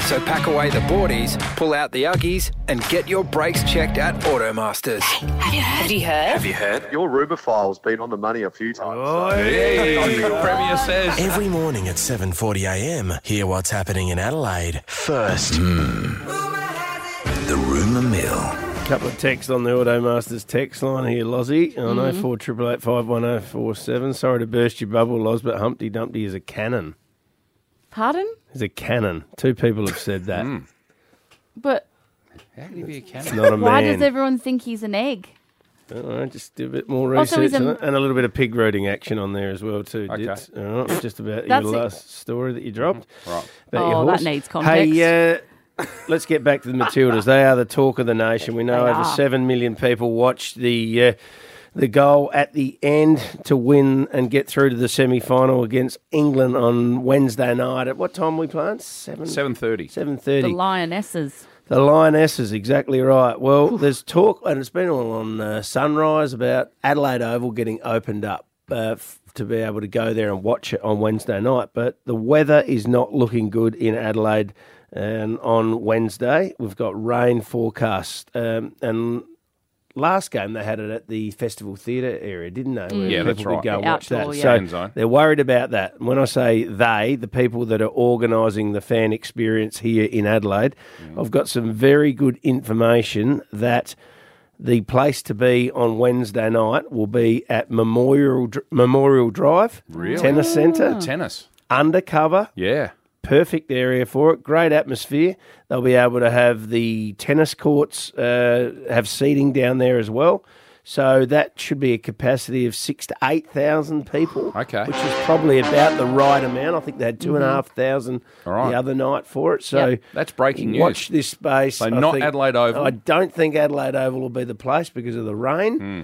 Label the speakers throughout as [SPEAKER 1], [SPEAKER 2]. [SPEAKER 1] So pack away the boardies, pull out the uggies, and get your brakes checked at Automasters.
[SPEAKER 2] Have you heard?
[SPEAKER 3] Have you heard?
[SPEAKER 4] Your rubophile's been on the money a few times.
[SPEAKER 3] Premier says.
[SPEAKER 5] Every morning at 7.40am, hear what's happening in Adelaide first.
[SPEAKER 6] The rumour mill.
[SPEAKER 7] couple of texts on the Automasters text line here, Lozzie. On oh
[SPEAKER 8] Mm-hmm.
[SPEAKER 7] four triple eight five one oh four seven. Sorry to burst your bubble, Loz, but Humpty Dumpty is a cannon.
[SPEAKER 8] Pardon?
[SPEAKER 7] Is a cannon. Two people have said that.
[SPEAKER 8] But
[SPEAKER 3] How can you be a
[SPEAKER 7] It's
[SPEAKER 3] cannon?
[SPEAKER 7] Not a
[SPEAKER 8] why
[SPEAKER 7] man.
[SPEAKER 8] does everyone think he's an egg?
[SPEAKER 7] All right, just do a bit more
[SPEAKER 8] Also,
[SPEAKER 7] research
[SPEAKER 8] he's
[SPEAKER 7] on
[SPEAKER 8] a-
[SPEAKER 7] it. and a little bit of pig roading action on there as well too.
[SPEAKER 3] Okay.
[SPEAKER 7] Dits. All right, just about your
[SPEAKER 8] That's it.
[SPEAKER 7] last story that you dropped.
[SPEAKER 3] Mm-hmm. Right.
[SPEAKER 7] about your
[SPEAKER 8] Oh, that
[SPEAKER 7] horse.
[SPEAKER 8] needs context.
[SPEAKER 7] Hey, uh, let's get back to the Matildas. they are the talk of the nation. We know
[SPEAKER 8] They
[SPEAKER 7] over
[SPEAKER 8] are.
[SPEAKER 7] seven million people watched the uh, the goal at the end to win and get through to the semi final against England on Wednesday night. At what time we playing? Seven.
[SPEAKER 3] Seven thirty.
[SPEAKER 7] Seven
[SPEAKER 8] The
[SPEAKER 7] thirty.
[SPEAKER 8] lionesses.
[SPEAKER 7] The lioness is exactly right. Well, there's talk, and it's been all on uh, Sunrise about Adelaide Oval getting opened up uh, f- to be able to go there and watch it on Wednesday night. But the weather is not looking good in Adelaide. And on Wednesday, we've got rain forecast. Um, and last game, they had it at the Festival Theatre area, didn't they? Where
[SPEAKER 3] Mm. Yeah,
[SPEAKER 7] people
[SPEAKER 3] that's
[SPEAKER 7] could
[SPEAKER 3] right.
[SPEAKER 7] go
[SPEAKER 8] The
[SPEAKER 7] watch
[SPEAKER 8] outdoor,
[SPEAKER 7] that.
[SPEAKER 8] yeah.
[SPEAKER 7] So
[SPEAKER 3] Fan zone.
[SPEAKER 7] they're worried about that. When I say they, the people that are organising the fan experience here in Adelaide,
[SPEAKER 3] Mm.
[SPEAKER 7] I've got some very good information that the place to be on Wednesday night will be at Memorial Dr- Memorial Drive
[SPEAKER 3] Really? Ah.
[SPEAKER 7] Tennis Centre,
[SPEAKER 3] Tennis.
[SPEAKER 7] undercover
[SPEAKER 3] Yeah.
[SPEAKER 7] perfect area for it. Great atmosphere. They'll be able to have the tennis courts uh, have seating down there as well. So that should be a capacity of six to eight thousand people.
[SPEAKER 3] Okay.
[SPEAKER 7] which is probably about the right amount. I think they had two and a half thousand
[SPEAKER 3] All right.
[SPEAKER 7] the other night for it. So
[SPEAKER 8] Yep.
[SPEAKER 3] That's breaking news.
[SPEAKER 7] Watch this space.
[SPEAKER 3] So not Adelaide Oval.
[SPEAKER 7] I don't think Adelaide Oval will be the place because of the rain.
[SPEAKER 3] Hmm.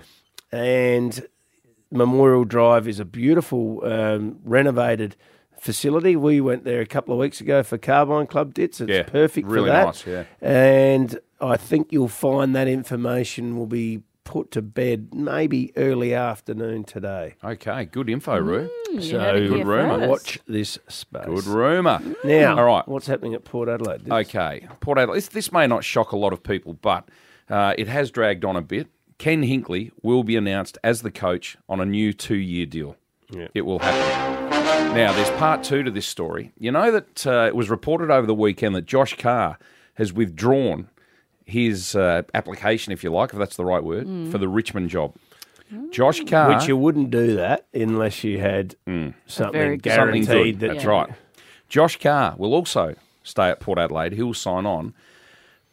[SPEAKER 7] And Memorial Drive is a beautiful um, renovated facility. We went there a couple of weeks ago for Carbine Club Dits. It's
[SPEAKER 3] Yeah,
[SPEAKER 7] perfect
[SPEAKER 3] really
[SPEAKER 7] for that.
[SPEAKER 3] nice, yeah.
[SPEAKER 7] And I think you'll find that information will be put to bed maybe early afternoon today.
[SPEAKER 3] Okay. Good info, Roo.
[SPEAKER 8] You
[SPEAKER 7] So,
[SPEAKER 8] heard it
[SPEAKER 3] good
[SPEAKER 8] here
[SPEAKER 3] rumour.
[SPEAKER 8] first.
[SPEAKER 7] Watch this space.
[SPEAKER 3] Good rumour.
[SPEAKER 7] Now,
[SPEAKER 3] All right.
[SPEAKER 7] what's happening at Port Adelaide? This-
[SPEAKER 3] Okay. Port Adelaide. This, this may not shock a lot of people, but uh, it has dragged on a bit. Ken Hinkley will be announced as the coach on a new two year deal. It will happen. Now, there's part two to this story. You know that uh, it was reported over the weekend that Josh Carr has withdrawn his uh, application, if you like, if that's the right word, for the Richmond job. Josh Carr.
[SPEAKER 7] Which you wouldn't do that unless you had
[SPEAKER 3] Hmm.
[SPEAKER 7] something
[SPEAKER 8] very good-
[SPEAKER 7] guaranteed
[SPEAKER 3] Something good.
[SPEAKER 7] that
[SPEAKER 3] That's right. Josh Carr will also stay at Port Adelaide. He'll sign on,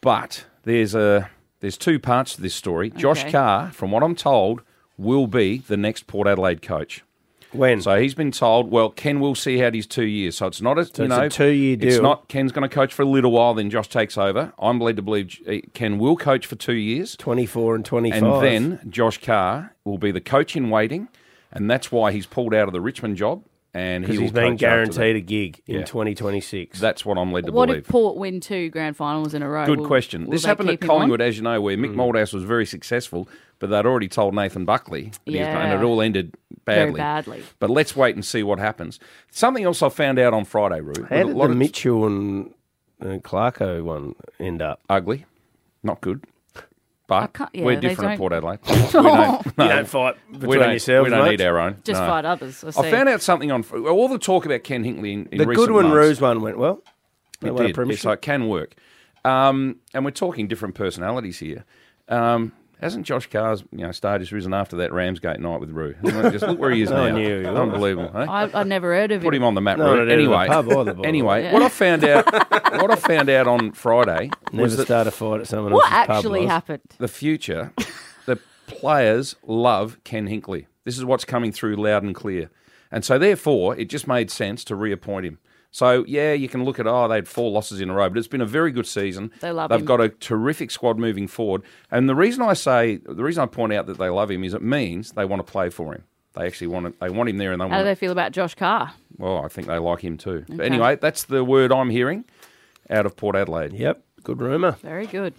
[SPEAKER 3] but there's a there's two parts to this story. Josh
[SPEAKER 8] Okay.
[SPEAKER 3] Carr, from what I'm told, will be the next Port Adelaide coach.
[SPEAKER 7] When?
[SPEAKER 3] So he's been told, well, Ken will see out his two years. So it's not a, you
[SPEAKER 7] it's a
[SPEAKER 3] know,
[SPEAKER 7] two-year
[SPEAKER 3] It's
[SPEAKER 7] deal.
[SPEAKER 3] not Ken's going to coach for a little while, then Josh takes over. I'm led to believe J- Ken will coach for two years.
[SPEAKER 7] 24 and 25.
[SPEAKER 3] And then Josh Carr will be the coach in waiting, and that's why he's pulled out of the Richmond job. And he
[SPEAKER 7] Because
[SPEAKER 3] will
[SPEAKER 7] he's been
[SPEAKER 3] coach after that.
[SPEAKER 7] guaranteed a gig in
[SPEAKER 3] Yeah.
[SPEAKER 7] 2026.
[SPEAKER 3] That's what I'm led to
[SPEAKER 8] What
[SPEAKER 3] believe.
[SPEAKER 8] did Port win two grand finals in a row?
[SPEAKER 3] Good
[SPEAKER 8] Will-
[SPEAKER 3] question.
[SPEAKER 8] will
[SPEAKER 3] This
[SPEAKER 8] they
[SPEAKER 3] happened at
[SPEAKER 8] keep him on?
[SPEAKER 3] Collingwood, as you know, where Mick
[SPEAKER 7] Mm.
[SPEAKER 3] Moldhouse was very successful, but they'd already told Nathan Buckley, that he was going- and
[SPEAKER 8] Yeah.
[SPEAKER 3] it all ended badly.
[SPEAKER 8] Very badly.
[SPEAKER 3] But let's wait and see what happens. Something else I found out on Friday, Rue.
[SPEAKER 7] How did the Mitchell and uh, Clarko one end up?
[SPEAKER 3] ugly, not good. But
[SPEAKER 8] can't- yeah,
[SPEAKER 3] we're
[SPEAKER 8] they
[SPEAKER 3] different
[SPEAKER 8] don't-
[SPEAKER 3] at Port Adelaide. we don't, no,
[SPEAKER 7] You don't fight between
[SPEAKER 3] we don't,
[SPEAKER 7] yourselves,
[SPEAKER 3] we don't
[SPEAKER 7] mate.
[SPEAKER 3] need our own.
[SPEAKER 8] Just
[SPEAKER 3] no.
[SPEAKER 8] fight others. I,
[SPEAKER 3] I
[SPEAKER 8] see.
[SPEAKER 3] found out something on fr- all the talk about Ken Hinkley in, in
[SPEAKER 7] The
[SPEAKER 3] recent
[SPEAKER 7] Goodwin
[SPEAKER 3] months.
[SPEAKER 7] Ruse one went well. They
[SPEAKER 3] It
[SPEAKER 7] won a
[SPEAKER 3] did.
[SPEAKER 7] premiership.
[SPEAKER 3] It's like can work. Um, and we're talking different personalities here. Um, hasn't Josh Carr's you know star just risen after that Ramsgate night with Rue? Just look where he is
[SPEAKER 7] No, I
[SPEAKER 3] now.
[SPEAKER 7] knew Oh, he was.
[SPEAKER 3] Unbelievable. eh?
[SPEAKER 8] I, I've never heard of
[SPEAKER 3] Put him on the map.
[SPEAKER 7] No,
[SPEAKER 3] Roo.
[SPEAKER 7] not out of the
[SPEAKER 3] anyway,
[SPEAKER 7] pub either, by the
[SPEAKER 3] anyway, what I found out, what I found out on Friday was
[SPEAKER 7] Never
[SPEAKER 3] that
[SPEAKER 7] start a fight at someone
[SPEAKER 8] What
[SPEAKER 7] else's pub,
[SPEAKER 8] actually
[SPEAKER 7] Loz.
[SPEAKER 8] happened?
[SPEAKER 3] the future, the players love Ken Hinkley. This is what's coming through loud and clear. And so, therefore, it just made sense to reappoint him. So, yeah, you can look at, oh, they had four losses in a row, but it's been a very good season.
[SPEAKER 8] They love
[SPEAKER 3] They've
[SPEAKER 8] him.
[SPEAKER 3] got a terrific squad moving forward. And the reason I say, the reason I point out that they love him is it means they want to play for him. They actually want to, they want him there and they
[SPEAKER 8] How do
[SPEAKER 3] want
[SPEAKER 8] they feel about Josh Carr?
[SPEAKER 3] Well, I think they like him too. But
[SPEAKER 8] Okay.
[SPEAKER 3] anyway, that's the word I'm hearing out of Port Adelaide.
[SPEAKER 7] Yep. Good rumour.
[SPEAKER 8] Very good.